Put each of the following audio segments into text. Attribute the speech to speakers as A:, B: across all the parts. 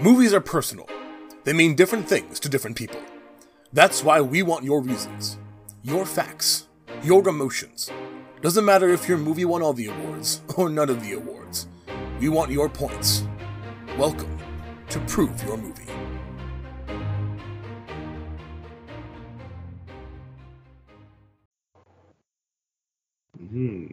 A: Movies are personal. They mean different things to different people. That's why we want your reasons, your facts, your emotions. Doesn't matter if your movie won all the awards or none of the awards. We want your points. Welcome to Prove Your Movie.
B: Hmm.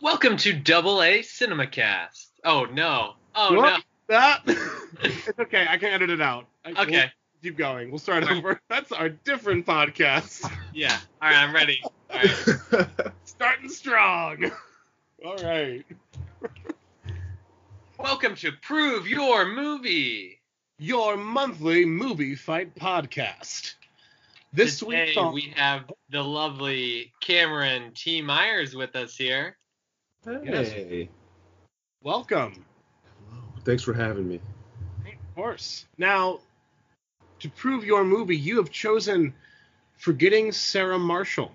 C: Welcome to Double A CinemaCast. Oh no! Oh
B: What? That it's okay. I can edit it out. I-
C: no! Okay,
B: We'll keep going. We'll start over. That's our different podcast.
C: yeah. All right, I'm ready. All right.
B: Starting strong. All right.
C: Welcome to Prove Your Movie.
B: Your monthly movie fight podcast. This
C: Today
B: week on
C: we have the lovely Cameron T. Myers with us here.
D: Hey.
B: welcome,
D: Thanks for having me.
B: of course. Now, to prove your movie, you have chosen "Forgetting Sarah Marshall."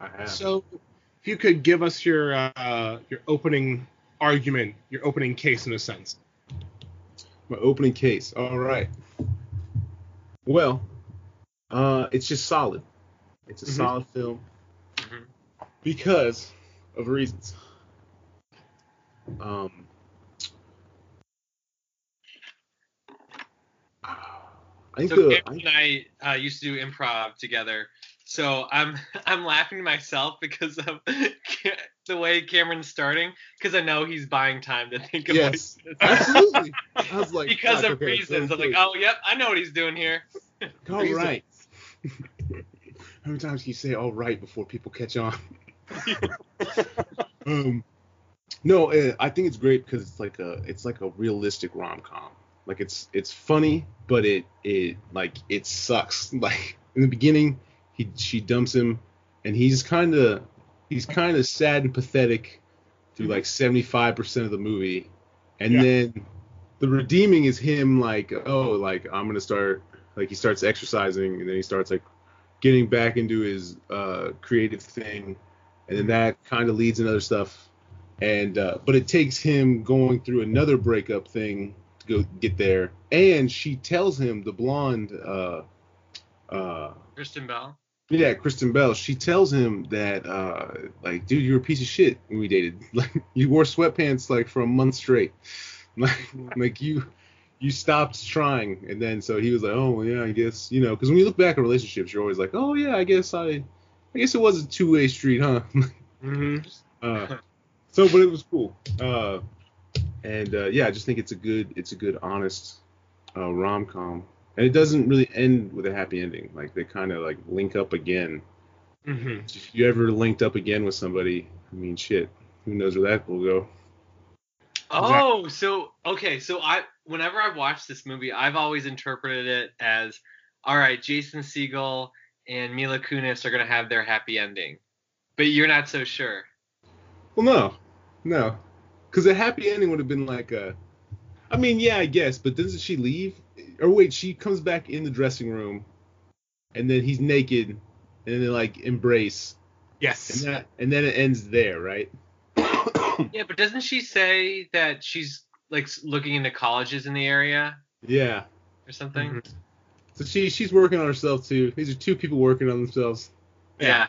D: I have.
B: So, if you could give us your uh, your opening argument, your opening case, in a sense.
D: My opening case. All right. Well, uh, it's just solid. It's a
C: Mm-hmm.
B: Mhm.
D: solid film
C: Mhm.
D: because of reasons. Um, I think
C: So
D: the
C: Cameron and I uh, used to do improv together. So I'm I'm laughing to myself because of Ca- the way Cameron's starting, because I know he's buying time to think of what
D: yes,
C: he says.
D: absolutely. I was like,
C: because
D: God,
C: of
D: okay,
C: reasons. I'm
D: let's
C: like,
D: do it.
C: oh yep, I know what he's doing here.
D: All
B: Reason.
D: right. How many times can you say all right before people catch on? um, no, eh, I think it's great because it's like a it's like a realistic rom com. Like it's it's funny, but it it like it sucks. Like in the beginning, he she dumps him, and he's kind of he's kind of sad and pathetic through like seventy five percent of the movie, and
B: Yeah.
D: then the redeeming is him like oh like I'm gonna start like he starts exercising and then he starts like getting back into his uh, creative thing and then that kind of leads into other stuff and uh, but it takes him going through another breakup thing to go get there and she tells him the blonde uh, uh,
C: Kristen Bell.
D: yeah kristen bell she tells him that uh, like dude you were a piece of shit when we dated like you wore sweatpants like for a month straight like like you you stopped trying and then so he was like oh well, yeah i guess you know because when you look back at relationships you're always like oh yeah i guess i i guess it was a two-way street huh
B: Mm-hmm.
D: uh, so but it was cool uh, and uh, yeah i just think it's a good it's a good honest uh, rom-com and it doesn't really end with a happy ending like they kind of like link up again
B: Mm-hmm.
D: if you ever linked up again with somebody i mean shit who knows where that will go
C: Oh, so okay, so I whenever I've watched this movie, I've always interpreted it as all right, Jason Siegel and Mila Kunis are gonna have their happy ending. But you're not so sure.
D: Well, no, no, because a happy ending would have been like a. I mean, yeah, I guess, but doesn't she leave? Or wait, she comes back in the dressing room, and then he's naked, and then they like embrace, and
B: Yes.
D: that, and then it ends there, right?
C: Yeah, but doesn't she say that she's like s- looking into colleges in the area
D: yeah.
C: or something?
B: Mhm.
D: So she she's working on herself too. These are two people working on themselves.
C: Yeah.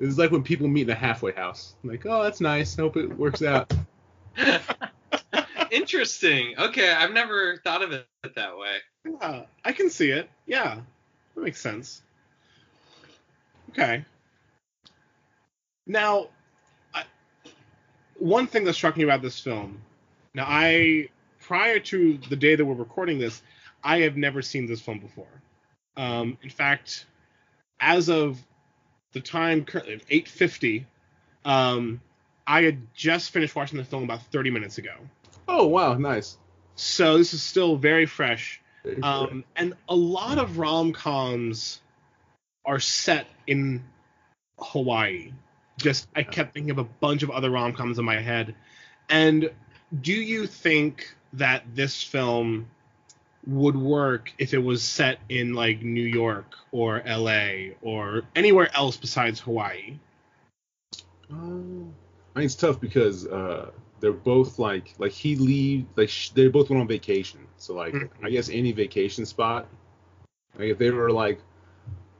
D: It's like when people meet in a halfway house. Like, oh, that's nice. I hope it works out.
C: Interesting. Okay, I've never thought of it that way.
B: Yeah, I can see it. Yeah, that makes sense. Okay. Now, I, one thing that struck me about this film. Now, I prior to the day that we're recording this, I have never seen this film before. Um, in fact, as of the time currently 8:50, um, I had just finished watching the film about 30 minutes ago.
D: Oh wow, nice.
B: So this is still very fresh. Um, and a lot of rom coms are set in Hawaii. Just I kept thinking of a bunch of other rom coms in my head. And do you think that this film would work if it was set in like New York or LA or anywhere else besides Hawaii?
D: Uh, I mean, it's tough because uh, they're both like like he leave like sh- they both went on vacation. So like
B: Mhm.
D: I guess any vacation spot. Like if they were like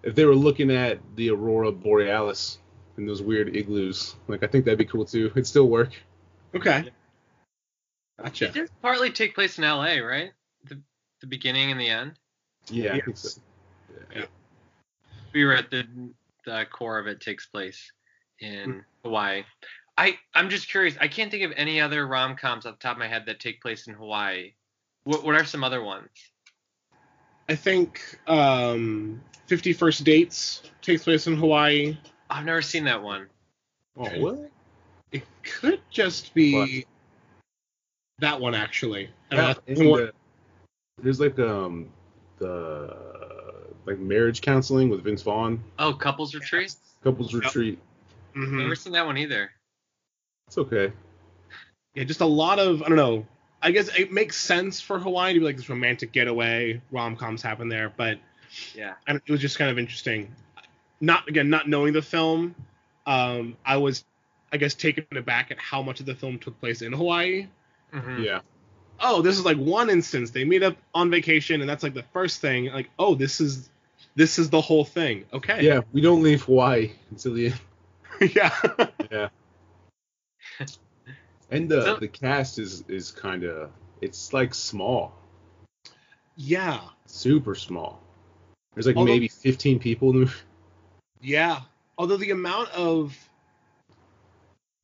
D: if they were looking at the aurora borealis and those weird igloos, like I think that'd be cool too. It'd still work.
B: Okay. Gotcha.
C: It does partly take place in L.A., right? The, the beginning and the end.
D: Yeah, I think
B: Yes.
D: so.
C: We were at the the core of it takes place in Hawaii. I I'm just curious. I can't think of any other rom coms off the top of my head that take place in Hawaii. What what are some other ones?
B: I think um, 51st Dates takes place in Hawaii.
C: I've never seen that one.
D: Oh what?
B: It could just be that one, actually. And
D: Yeah,
B: that's the
D: and,
B: one-
D: uh, there's like um the like marriage counseling with Vince Vaughn,
C: Oh, couples retreat.
D: couples
B: Yep.
D: retreat.
B: Mhm.
C: Never seen that one either.
D: It's okay.
B: Yeah, just a lot of I don't know. I guess it makes sense for Hawaii to be like this romantic getaway. Rom coms happen there, but
C: Yeah.
B: and it was just kind of interesting. Not again, not knowing the film, um, I was, I guess, taken aback at how much of the film took place in Hawaii.
C: Mhm.
D: Yeah.
B: Oh, this is like one instance. They meet up on vacation, and that's like the first thing. Like, oh, this is, this is the whole thing. Okay.
D: Yeah, we don't leave Hawaii until the end.
B: yeah.
D: Yeah. And the
C: So-
D: the cast is is kind of it's like small,
B: yeah.
D: super small. There's like
B: Although-
D: maybe 15 people in the movie.
B: Yeah. Although the amount of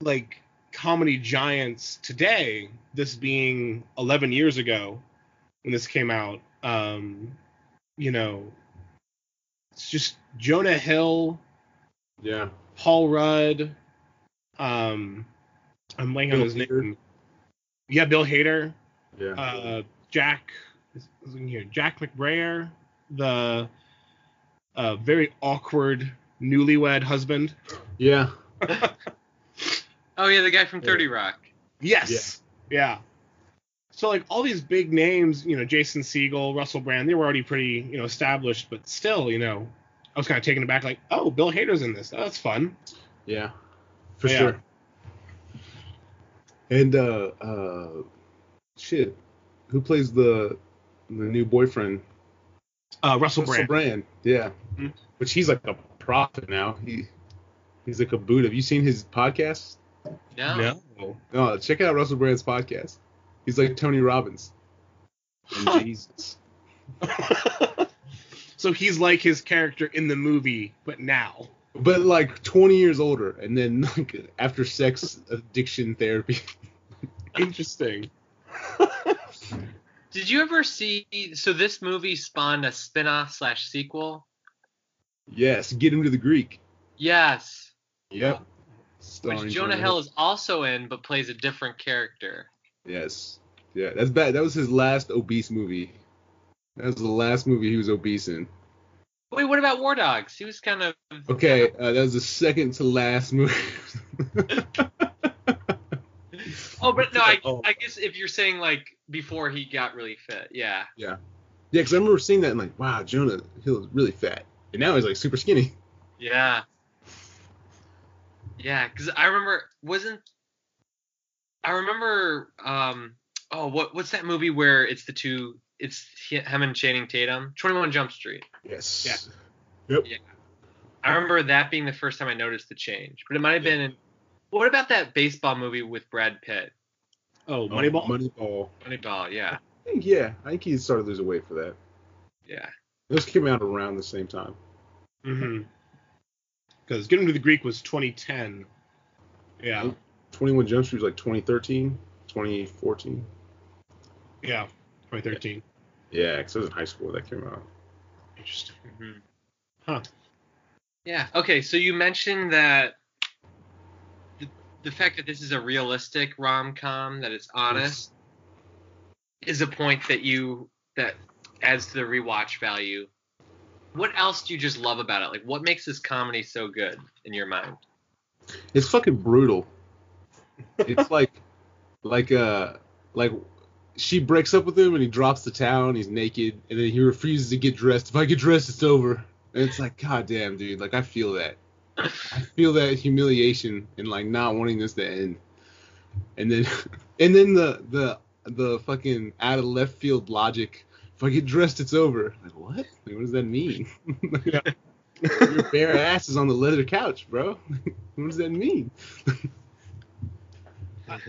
B: like comedy giants today, this being 11 years ago when this came out, um, you know, it's just Jonah Hill,
D: Yeah.
B: Paul Rudd, um, I'm laying on
D: Bill
B: his
D: Hader.
B: name. Yeah, Bill Hader,
D: Yeah.
B: uh, Jack, is- is in here, Jack McBrayer, the uh, very awkward newlywed husband.
D: yeah.
C: Oh yeah, the guy from Thirty Rock.
B: Yes. Yeah. So like all these big names, you know, Jason Siegel, Russell Brand, they were already pretty, you know, established, but still, you know, I was kind of taken aback, like, oh, Bill Hader's in this. Oh, that's fun.
D: Yeah. For
B: Yeah.
D: sure. And uh uh shit, who plays the the new boyfriend?
B: Uh, Russell, Brand.
D: Brand. Yeah.
B: Mhm.
D: Which he's like a prophet now. He he's like a Buddha. Have you seen his podcast?
C: No.
B: No.
D: No, Oh, check out Russell Brand's podcast. He's like Tony Robbins. And Jesus.
B: Oh. so he's like his character in the movie, but now.
D: But like 20 years older, and then like after sex addiction therapy.
B: Interesting.
C: Did you ever see? So this movie spawned a spin-off slash sequel.
D: Yes, get him to the Greek.
C: Yes,
D: Yep.
C: which Jonah Hill is also in, but plays a different character.
D: Yes. Yeah, that's bad. That was his last obese movie. That was the last movie he was obese in.
C: Wait, what about War Dogs? He was kind of.
D: Okay, uh, that was the second to last movie.
C: Oh, but no, I,
D: Oh.
C: I guess if you're saying like before he got really fit, yeah.
D: Yeah, because I remember seeing that and like, wow, Jonah Hill is really fat, and now he's like super skinny.
C: Yeah. Yeah, because I remember wasn't I remember um oh what what's that movie where it's the two it's he- him and Channing Tatum Twenty One Jump Street.
D: Yes.
B: Yeah.
C: I remember that being the first time I noticed the change, but it might have been. In, what about that baseball movie with Brad Pitt?
B: Oh,
D: Oh,
B: Moneyball.
D: Moneyball.
C: Moneyball, yeah,
D: I think yeah, I think he started to lose weight for that.
C: yeah.
D: Those came out around the same time.
B: Mm-hmm. Because Get Him to the Greek was 2010. Yeah.
D: 21 Jump Street was like 2013, 2014.
B: Yeah. 2013.
D: Yeah, because I was in high school when that came out.
B: Interesting.
C: hmm
B: Huh.
C: Yeah. Okay. So you mentioned that the, the fact that this is a realistic rom com, that it's honest, is a point that you that adds to the rewatch value. What else do you just love about it? Like, what makes this comedy so good in your mind?
D: It's fucking brutal. It's like, like uh, like she breaks up with him and he drops the town. He's naked and then he refuses to get dressed. If I get dressed, it's over. And it's like, god damn, dude. Like I feel that. I feel that humiliation and like not wanting this to end. And then and then the the the fucking out of left field logic. If I get dressed, it's over. Like what? Like what does that mean? Your bare ass is on the leather couch, bro. what does that mean?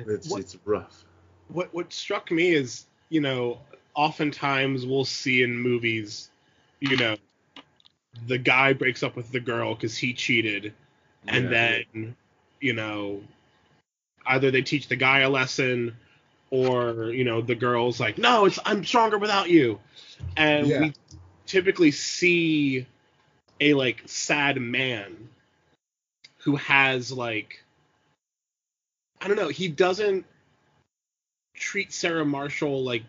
D: It's
B: What-
D: it's rough.
B: what what struck me is you know oftentimes we'll see in movies you know the guy breaks up with the girl because he cheated and
D: Yeah.
B: then you know either they teach the guy a lesson or you know the girl's like no it's i'm stronger without you and
D: Yeah.
B: we typically see a like sad man who has like i don't know he doesn't treat sarah marshall like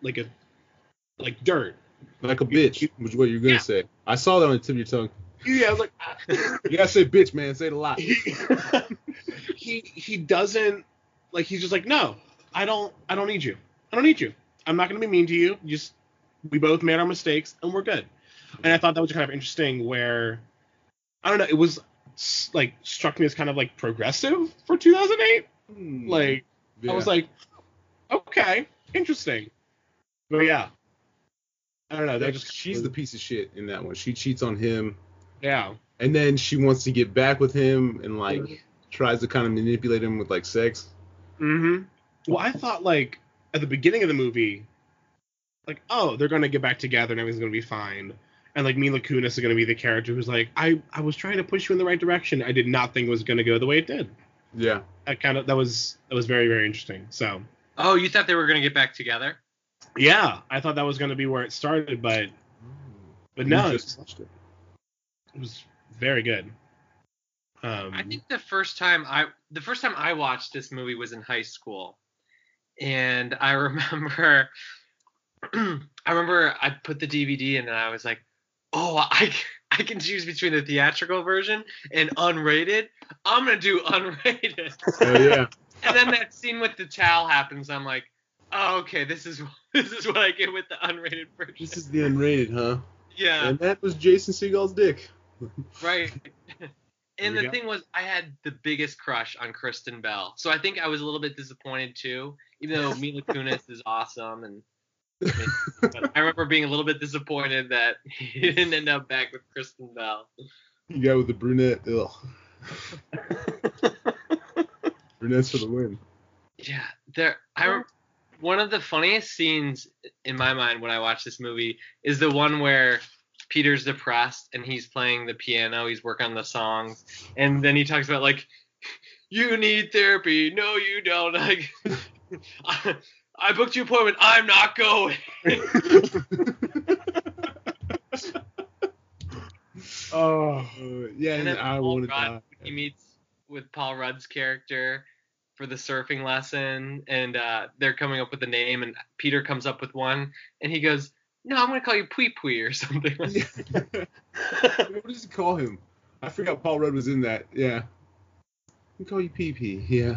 B: like a like dirt
D: Like a bitch, which is what you're gonna
B: Yeah.
D: say. I saw that on the tip of your tongue.
B: yeah i was like ah.
D: You gotta say bitch, man. Say it a lot.
B: he he doesn't like he's just like no i don't i don't need you i don't need you i'm not going to be mean to you just we both made our mistakes and we're good and i thought that was kind of interesting where i don't know it was s- like struck me as kind of like progressive for 2008
D: Mm,
B: Hmm. like i was like okay interesting but yeah i don't know that just
D: she's the piece of shit in that one. She cheats on him,
B: yeah
D: and then she wants to get back with him, and like tries to kind of manipulate him with like sex.
B: Mm-hmm. Well, I thought like at the beginning of the movie, like oh they're gonna get back together and everything's gonna be fine, and like Mila Kunis is gonna be the character who's like I I was trying to push you in the right direction. I did not think it was gonna go the way it did.
D: Yeah.
B: That kind of that was that was very very interesting. So
C: Oh, you thought they were gonna get back together?
B: yeah, I thought that was gonna be where it started, but but no, it was, it was very good. Um,
C: I think the first time I the first time I watched this movie was in high school, and I remember I remember I put the DVD in and I was like, oh, I c- I can choose between the theatrical version and unrated. I'm gonna do unrated.
D: Oh yeah.
C: and then that scene with the towel happens. I'm like, oh, okay, this is this is what I get with the unrated version.
D: This is the unrated, huh?
C: yeah.
D: And that was Jason Segel's dick.
C: Right.
B: There
C: and
B: we
C: the
B: go.
C: thing was, I had the biggest crush on Kristen Bell, so I think I was a little bit disappointed too. Even though Mila Kunis is awesome, and but I remember being a little bit disappointed that he didn't end up back with Kristen Bell.
D: You got with the brunette. Ugh. Brunettes for the win.
C: Yeah, there. I rem- one of the funniest scenes in my mind when I watch this movie is the one where Peter's depressed and he's playing the piano. He's working on the songs, and then he talks about like, "You need therapy. No, you don't. Like, I, I booked you appointment. I'm not going."
B: oh
D: Uh, yeah,
C: And
D: and
C: then
D: I
C: Paul
D: want to die.
C: Rudd, he meets with Paul Rudd's character for the surfing lesson, and uh, they're coming up with a name, and Peter comes up with one, and he goes, "No, I'm gonna call you Pui Pui or something."
D: what does he call him? I forgot Paul Rudd was in that. Yeah. We call you PP. Yeah.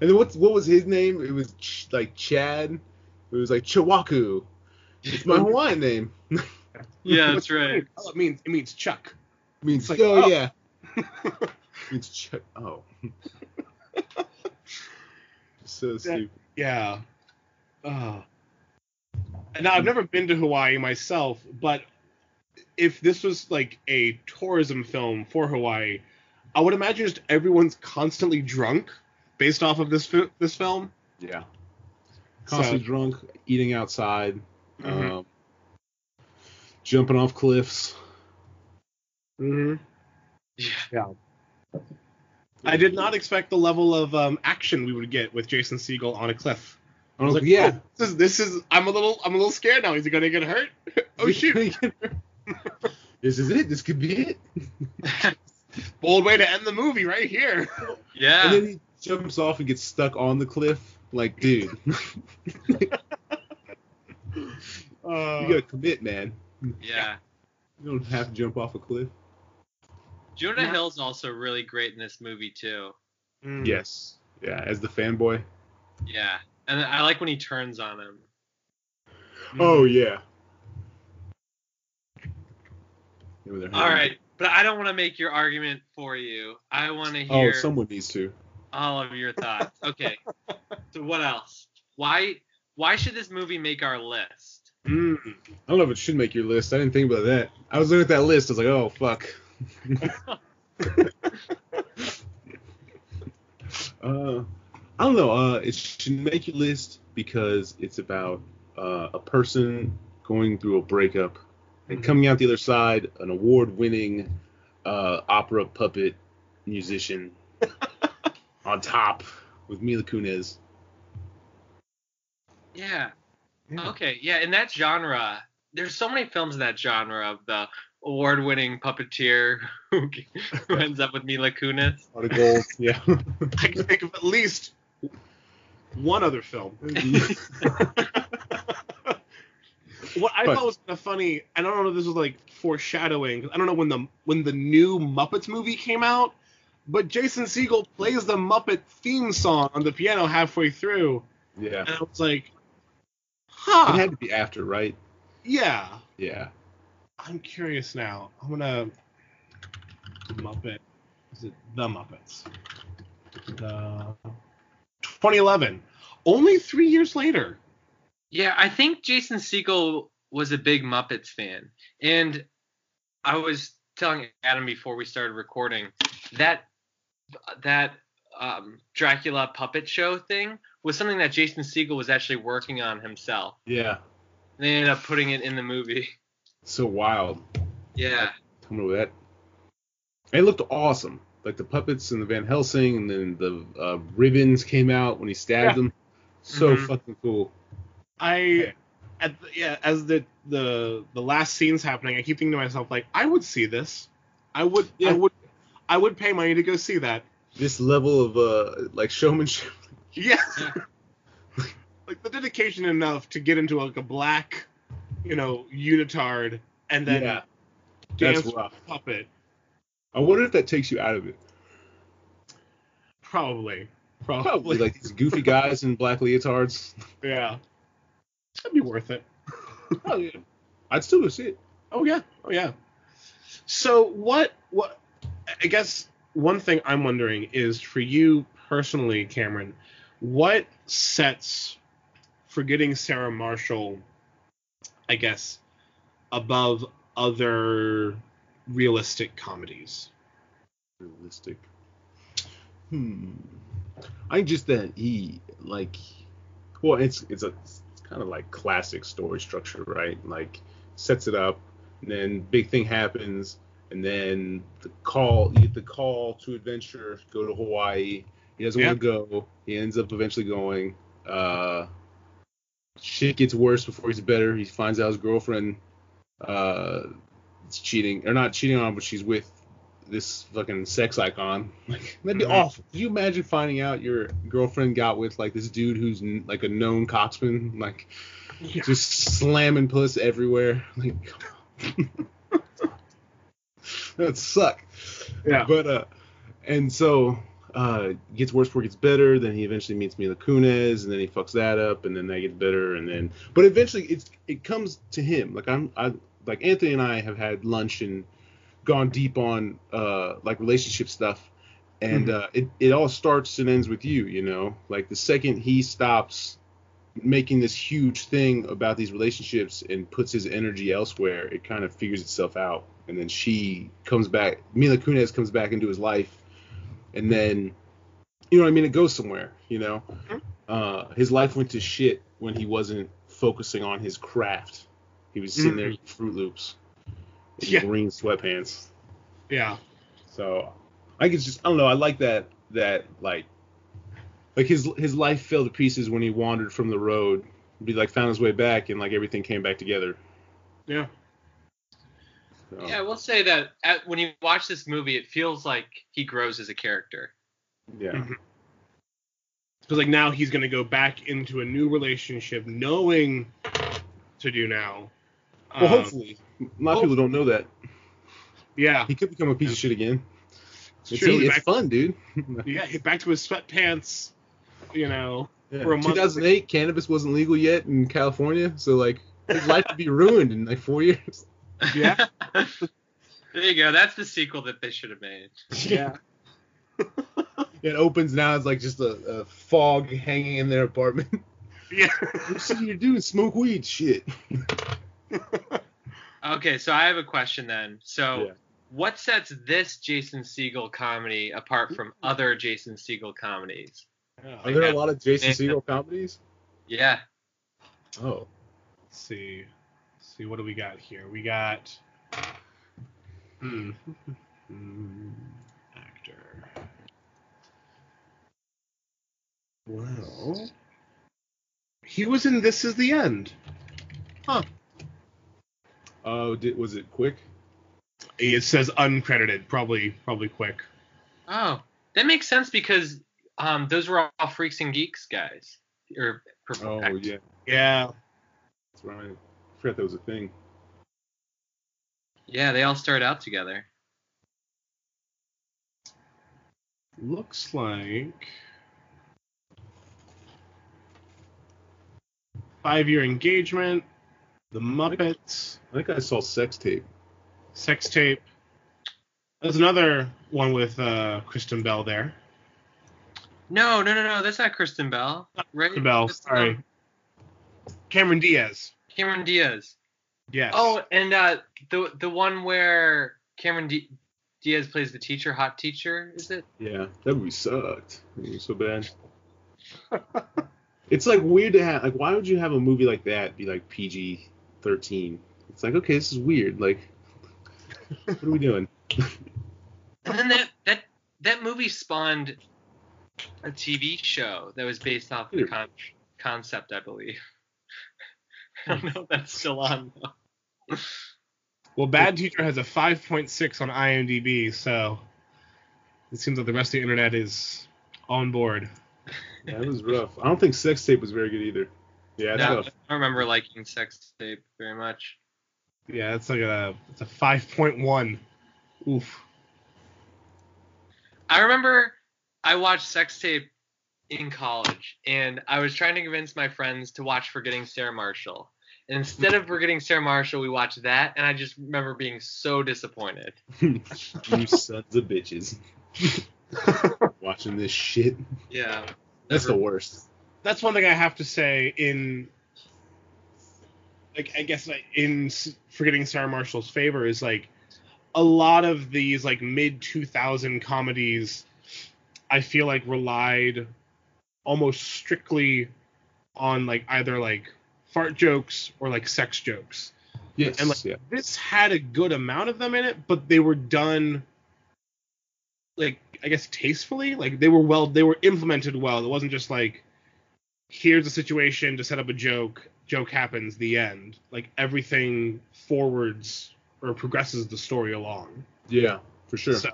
D: And then what's what was his name? It was Ch- like Chad. It was like Chiwaku. It's my Hawaiian name.
C: yeah, that's right.
B: oh, it means it means Chuck.
D: means
B: like,
D: oh,
B: oh.
D: yeah. means Ch- oh. so stupid.
B: Yeah. Oh. And now I've never been to Hawaii myself, but if this was like a tourism film for Hawaii, I would imagine just everyone's constantly drunk based off of this fi- this film.
D: Yeah. Constantly
B: So-
D: drunk, eating outside,
B: Mhm.
D: um, jumping off cliffs.
C: Yeah.
B: I did not expect the level of um, action we would get with Jason Siegel on a cliff.
D: I was like,
B: Yeah,
D: Oh, yeah.
B: "Oh, this is this is I'm a little I'm a little scared now. Is he gonna get hurt? oh shoot!
D: this is it. This could be it.
B: Bold way to end the movie right here.
C: Yeah.
D: And then he jumps off and gets stuck on the cliff. Like, dude, you
B: Uh,
D: gotta commit, man.
C: yeah.
D: You don't have to jump off a cliff.
C: Jonah
B: Yeah.
C: Hill's also really great in this movie too.
B: mm.
D: Yes. Yeah, as the fanboy.
C: Yeah. And I like when he turns on him.
D: mm,
B: Mm. Oh,
D: Oh yeah.
C: Mm-hmm. All right. But I don't want to make your argument for you. I want to
D: Oh,
C: hear
D: someone needs to.
C: all of your thoughts. Okay. so what else? Why why should this movie make our list?
B: Mm.
D: I don't know if it should make your list. I didn't think about that. I was looking at that list. I was like, oh fuck. uh, I don't know. Uh, it should make your list because it's about uh, a person going through a breakup and coming out the other side an award-winning uh, opera puppet musician on top with Mila Kunis.
C: Yeah.
D: Yeah.
C: Okay. Yeah, in that genre, there's so many films in that genre of the award-winning puppeteer who, who ends up with Mila Kunis.
D: A lot of gold. yeah.
B: I can think of at least one other film. What I
D: But-
B: thought was kind of funny, I don't know if this was like foreshadowing. 'cause I don't know when the when the new Muppets movie came out, but Jason Segel plays the Muppet theme song on the piano halfway through,
D: yeah.
B: and I was like,
D: It
B: "Huh,
D: had to be after, right?
B: yeah."
D: Yeah.
B: I'm curious now. I'm gonna Muppet. Is it the Muppets? The 2011. Only three years later.
C: Yeah, I think Jason Segel was a big Muppets fan, and I was telling Adam before we started recording that that um, Dracula puppet show thing was something that Jason Segel was actually working on himself.
D: Yeah.
C: And they ended up putting it in the movie.
D: So wild.
C: Yeah.
D: Come over that. It looked awesome. Like the puppets and the Van Helsing, and then the uh, ribbons came out when he stabbed them. So
C: Mhm.
D: fucking cool.
B: I at the, yeah, as the the the last scene's happening, I keep thinking to myself like, I would see this. I would
D: Yeah.
B: I would I would pay money to go see that.
D: This level of uh, like showmanship.
B: Yeah.
C: Yeah.
B: like the dedication enough to get into like a black, you know, unitard and then
D: Yeah.
B: dance
D: That's rough.
B: with a puppet.
D: I wonder if that takes you out of it.
B: Probably. Probably.
D: Probably like these goofy guys in black leotards.
B: Yeah. That'd be worth it.
D: Oh, yeah. I'd still go see it.
B: Oh yeah, oh yeah. So what? What? I guess one thing I'm wondering is for you personally, Cameron, what sets forgetting Sarah Marshall, I guess, above other realistic comedies?
D: Realistic. Hmm. I think just that he like, well, it's it's a it's kind of like classic story structure, right? Like sets it up, and then big thing happens, and then the call you get the call to adventure, go to Hawaii. He doesn't want to go. He ends up eventually going. Uh, shit gets worse before he's better. He finds out his girlfriend uh, is cheating, or not cheating on, him, but she's with this fucking sex icon. Like that'd be
B: Mhm.
D: awful. Could you imagine finding out your girlfriend got with like this dude who's n- like a known coxman, like
B: Yeah.
D: just slamming puss everywhere? Like that'd suck.
B: Yeah.
D: But uh, and so uh, gets worse before it gets better. Then he eventually meets Mila Kunis, and then he fucks that up, and then that gets better, and then but eventually it's it comes to him. Like I'm I like Anthony and I have had lunch and gone deep on uh like relationship stuff. And uh, it, it all starts and ends with you, you know. Like the second he stops making this huge thing about these relationships and puts his energy elsewhere, it kind of figures itself out. And then she comes back, Mila Kunis comes back into his life, and then, you know what I mean? It goes somewhere, you know? Uh, his life went to shit when he wasn't focusing on his craft. He was sitting there
B: Mhm.
D: eating Fruit Loops in
B: Yeah.
D: green sweatpants.
B: Yeah.
D: So I think it's just I don't know. I like that that like like his his life fell to pieces when he wandered from the road. He like found his way back and like everything came back together.
B: Yeah.
D: So,
C: Yeah, I will say that at, when you watch this movie, it feels like he grows as a character.
D: yeah.
B: Mm-hmm. Because like now he's gonna go back into a new relationship, knowing to do now.
D: Well,
B: Um,
D: hopefully, a lot of people don't know that
B: Yeah.
D: he could become a piece of shit again. It's,
B: true.
D: easy- it's
B: Back-
D: fun, dude.
B: Yeah, hit back to his sweatpants. You know.
D: Yeah.
B: For a month.
D: 2008, cannabis wasn't legal yet in California, so like his life would be ruined in like four years.
B: Yeah.
C: There you go. That's the sequel that they should have made.
B: Yeah.
D: It opens now. It's like just a, a fog hanging in their apartment.
B: Yeah.
D: what are you doing? Smoke weed? Shit.
C: Okay, so I have a question then. So,
D: Yeah.
C: what sets this Jason Siegel comedy apart from other Jason Siegel comedies?
D: Are
B: Let's
D: there a lot of Jason Segel comedies?
C: Yeah.
D: Oh.
B: see. Let's see what do we got here? We got hmm. Hmm. actor. Well, he was in This Is the End.
D: Oh, did, was it quick?
B: It says uncredited, probably probably quick.
C: Oh, that makes sense because um, those were all freaks and geeks guys. Or
D: Oh,
C: actors.
D: yeah.
B: Yeah.
D: That's right. I forgot that was a thing.
C: Yeah, they all started out together.
B: Looks like five year engagement, the Muppets,
D: I think I saw sex tape.
B: sex tape. There's another one with uh, Kristen Bell there.
C: No, no, no, no. That's not Kristen Bell. Right?
B: Kristen Bell,
C: That's,
B: sorry.
C: um,
B: Cameron Diaz.
C: Cameron Diaz.
B: Yes.
C: Oh, and uh, the the one where Cameron D- Diaz plays the teacher, hot teacher, is it?
D: Yeah, that movie sucked. It was so bad. it's like weird to have. Like, why would you have a movie like that be like PG thirteen? It's like, okay, this is weird. Like, what are we doing?
C: And then that that that movie spawned a TV show that was based off
D: Hmm.
C: the con- concept, I believe.
D: Hmm.
C: I don't know if that's still on. though.
B: Well, Bad Teacher has a 5.6 on IMDb, so it seems like the rest of the internet is on board.
D: Yeah, that was rough. I don't think sex tape was very good either. Yeah,
C: No, I
D: that's
C: don't remember liking Sex Tape very much.
B: Yeah, it's like a it's a 5.1. Oof.
C: I remember I watched Sex Tape in college, and I was trying to convince my friends to watch Forgetting Sarah Marshall. And instead of Forgetting Sarah Marshall, we watched that, and I just remember being so disappointed.
D: tough. you sons of bitches. Watching this shit.
C: Yeah.
D: That's the worst.
B: that's one thing I have to say in like I guess like in s- forgetting Sarah Marshall's favor is like a lot of these like mid 2000 comedies I feel like relied almost strictly on like either like fart jokes or like sex jokes
D: Yes.
B: And, like,
D: yeah.
B: this had a good amount of them in it, but they were done like I guess tastefully. Like they were well they were implemented well. It wasn't just like here's a situation to set up a joke, joke happens, the end. Like everything forwards or progresses the story along.
D: Yeah, for sure.
B: So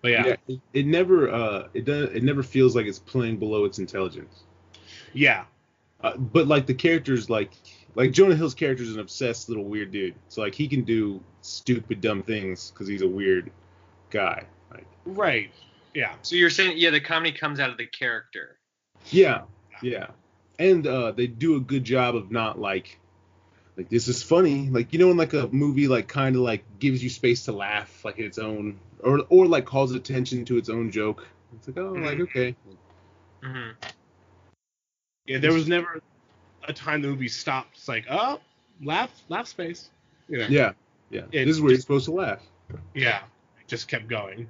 B: but yeah. yeah.
D: it, it never uh it does it never feels like it's playing below its intelligence. Uh, but like the characters like like Jonah Hill's character is an obsessed little weird dude. So like he can do stupid dumb things because he's a weird guy. Like
B: Right. Yeah.
C: So you're saying, yeah, the comedy comes out of the character.
D: yeah, yeah. And uh they do a good job of not like like this is funny. Like you know when like a movie like kind of like gives you space to laugh like its own or or like calls attention to its own joke. It's like oh
B: Mm-hmm.
D: like okay.
C: hmm
B: Yeah, there was never a time the movie stopped. It's like, oh, laugh laugh space. You know.
D: Yeah. Yeah.
B: It-
D: this is where you're supposed to laugh.
B: yeah. It just kept going.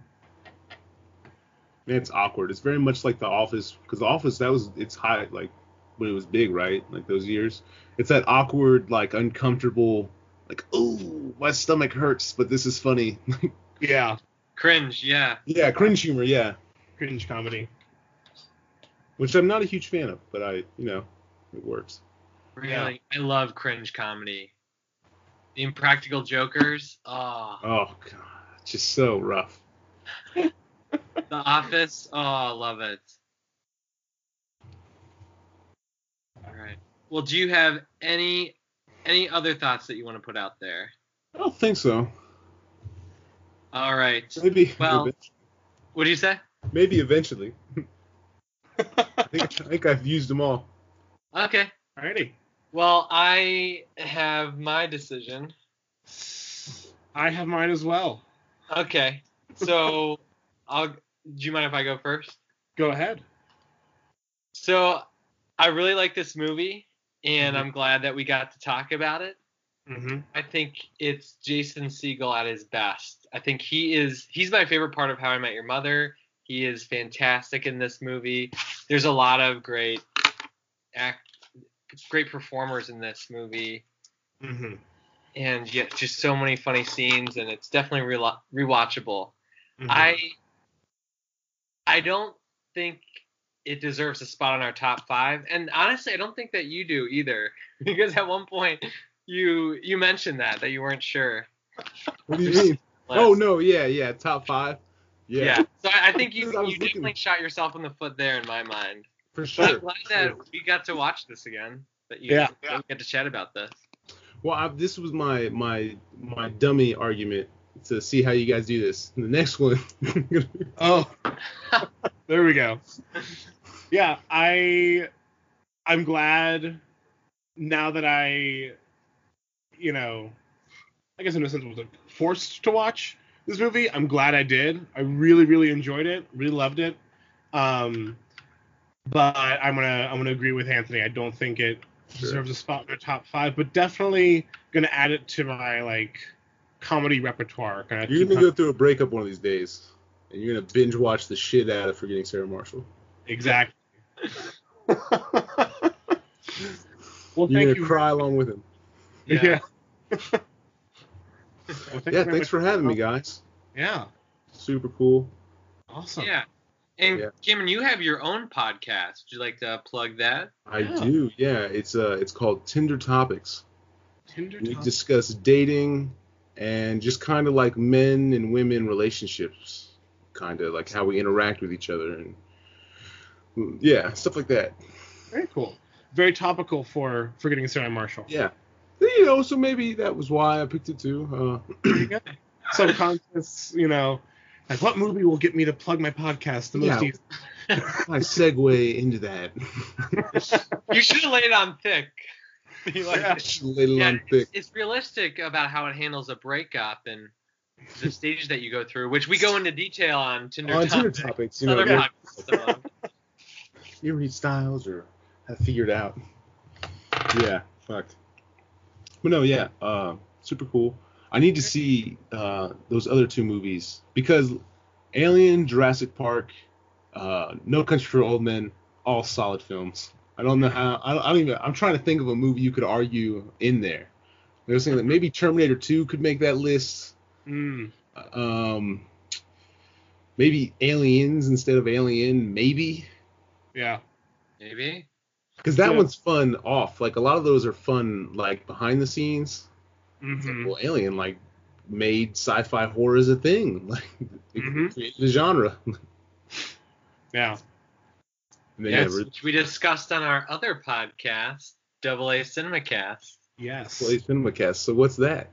D: Man, it's awkward. It's very much like The Office, because The Office that was its high, like when it was big, right? Like those years. It's that awkward, like uncomfortable, like oh, my stomach hurts, but this is funny.
B: Yeah.
C: Cringe, yeah.
D: yeah, cringe humor. Yeah,
B: Cringe comedy.
D: which I'm not a huge fan of, but I, you know, it works.
C: Really. I love cringe comedy. The Impractical Jokers, oh.
D: Oh god, it's just so rough.
C: The Office, oh, I love it. All right. Well, do you have any any other thoughts that you want to put out there?
D: I don't think so.
C: All right.
D: Maybe.
C: Well- What do you say?
D: Maybe eventually. I think, I think I've used them all.
C: Okay.
B: Alrighty.
C: Well, I have my decision.
B: I have mine as well.
C: Okay. So, I'll. Do you mind if I go first?
B: Go ahead.
C: So, I really like this movie, and I'm glad that we got to talk about it.
B: Mm-hmm.
C: I think it's Jason Siegel at his best. I think he is he's my favorite part of How I Met Your Mother. He is fantastic in this movie. There's a lot of great act great performers in this movie
B: Mm-hmm.
C: and yet just so many funny scenes and it's definitely re- rewatchable.
B: Mm-hmm.
C: I
D: Mm-hmm.
C: I don't think it deserves a spot on our top five, and honestly, I don't think that you do either, because at one point you you mentioned that that you weren't sure.
D: What do you mean?
C: Last-
D: Oh no, yeah, yeah, top five. Yeah,
C: Yeah. So I, I think you
D: I was
C: you definitely
D: looking.
C: shot yourself in the foot there, in my mind.
D: for
C: But
D: sure.
C: I'm glad that we got to watch this again. That you
B: Yeah.
C: that we get to chat about this.
D: Well, I, this was my my my dummy argument to see how you guys do this. And the next one,
B: Oh, there we go. Yeah, I I'm glad now that I, you know, I guess in a sense was forced to watch this movie. I'm glad I did. I really really enjoyed it. Really loved it. Um, but I'm gonna I'm gonna agree with Anthony. I don't think it
D: Sure.
B: deserves a spot in the top five, but definitely gonna add it to my like comedy repertoire. Gonna
D: you're
B: keep
D: gonna
B: on-
D: go through a breakup one of these days, and you're gonna binge watch the shit out of Forgetting Sarah Marshall.
B: Exactly. well,
D: You're
B: thank
D: gonna
B: you.
D: cry along with him.
C: Yeah.
B: Yeah.
D: Yeah, thanks for having me, guys.
B: Yeah.
D: Super cool.
B: Awesome.
C: Yeah. And
D: Yeah.
C: Cameron, you have your own podcast. Would you like to plug that?
D: I
B: Yeah.
D: do. Yeah, it's uh, it's called Tinder Topics.
B: Tinder
D: We
B: Talk.
D: discuss dating and just kind of like men and women relationships, kind of like how we interact with each other and mm, yeah, stuff like that.
B: Very cool. Very topical for forgetting Sarah Marshall.
D: Yeah, you know, so maybe that was why I picked it too. Uh,
B: Subconscious, you know, like what movie will get me to plug my podcast the most
D: Yeah.
B: easy?
D: I segue into that.
C: You should have laid it on thick. You like
B: Yeah.
C: it.
D: Little
C: yeah,
D: thick.
C: it's, it's realistic about how it handles a breakup and the stage that you go through, which we go into detail on Tinder.
D: On Tinder
C: Topics,
D: topics, you know,
C: other
D: your,
C: podcasts, so,
D: your read styles or have figured out. Yeah, fuck. But no, yeah, uh, super cool. I need to see uh, those other two movies because Alien, Jurassic Park, uh, No Country for Old Men, all solid films. I don't know how. I don't, I don't even. I'm trying to think of a movie you could argue in there. I was thinking that maybe Terminator 2 could make that list.
B: Mm.
D: Um, maybe Aliens instead of Alien. Maybe
B: Yeah.
C: maybe.
D: because that
B: Yeah.
D: one's fun off. Like a lot of those are fun like behind the scenes. It's like,
B: hmm
D: well, Alien like made sci-fi horror as a thing, like it
B: Mhm.
D: created the genre. And
B: Yeah.
D: they
B: Yes.
D: never
C: Which we discussed on our other podcast, Double A Cinemacast.
B: Yes.
D: played CinemaCast. So what's that?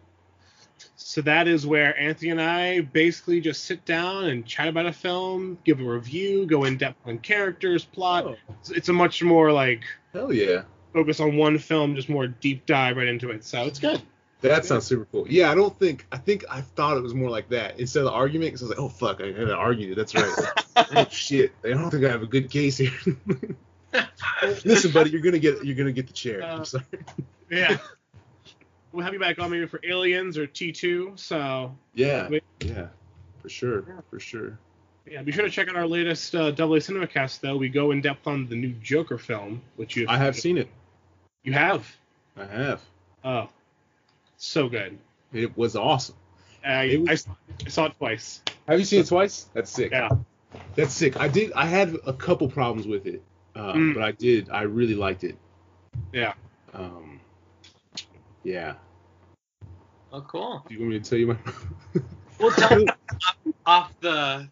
B: So that is where Anthony and I basically just sit down and chat about a film, give a review, go in depth on characters, plot.
D: Oh,
B: It's- It's a much more like
D: hell yeah,
B: focus on one film, just more deep dive right into it. So it's good.
D: that sounds super cool. Yeah, I don't think I think I thought it was more like that instead of the argument. Because I was like, oh fuck, I gotta argue. That's right. oh shit, I don't think I have a good case here. Listen, buddy, you're gonna get you're gonna get the chair.
B: Uh,
D: I'm sorry.
B: Yeah. we'll have you back on maybe for Aliens or T2. So
D: Yeah,
B: wait.
D: yeah, for sure, for sure.
B: yeah, be sure to check out our latest uh, Double A Cinemacast. Though we go in depth on the new Joker film, which you
D: I have seen it.
B: You have.
D: I have.
B: Oh, so good.
D: It was awesome.
B: I,
D: It was-
B: I s- I saw it twice.
D: Have you seen it twice? That's sick.
B: Yeah.
D: That's sick. I did. I had a couple problems with it, uh,
B: Mm.
D: but I did. I really liked it.
B: Yeah.
D: Um. Yeah.
C: Oh, cool.
D: Do you want me to tell you my?
C: We'll tell off the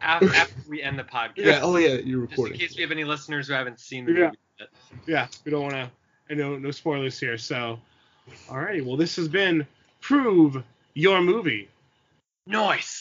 C: af- after we end the podcast.
D: yeah. Oh yeah. You're
C: Just in
D: recording.
C: case we have any listeners who haven't seen the
B: Yeah.
C: movie yet.
B: Yeah, we don't want to. I know no spoilers here. So, alrighty. Well, this has been prove your movie.
C: Nice.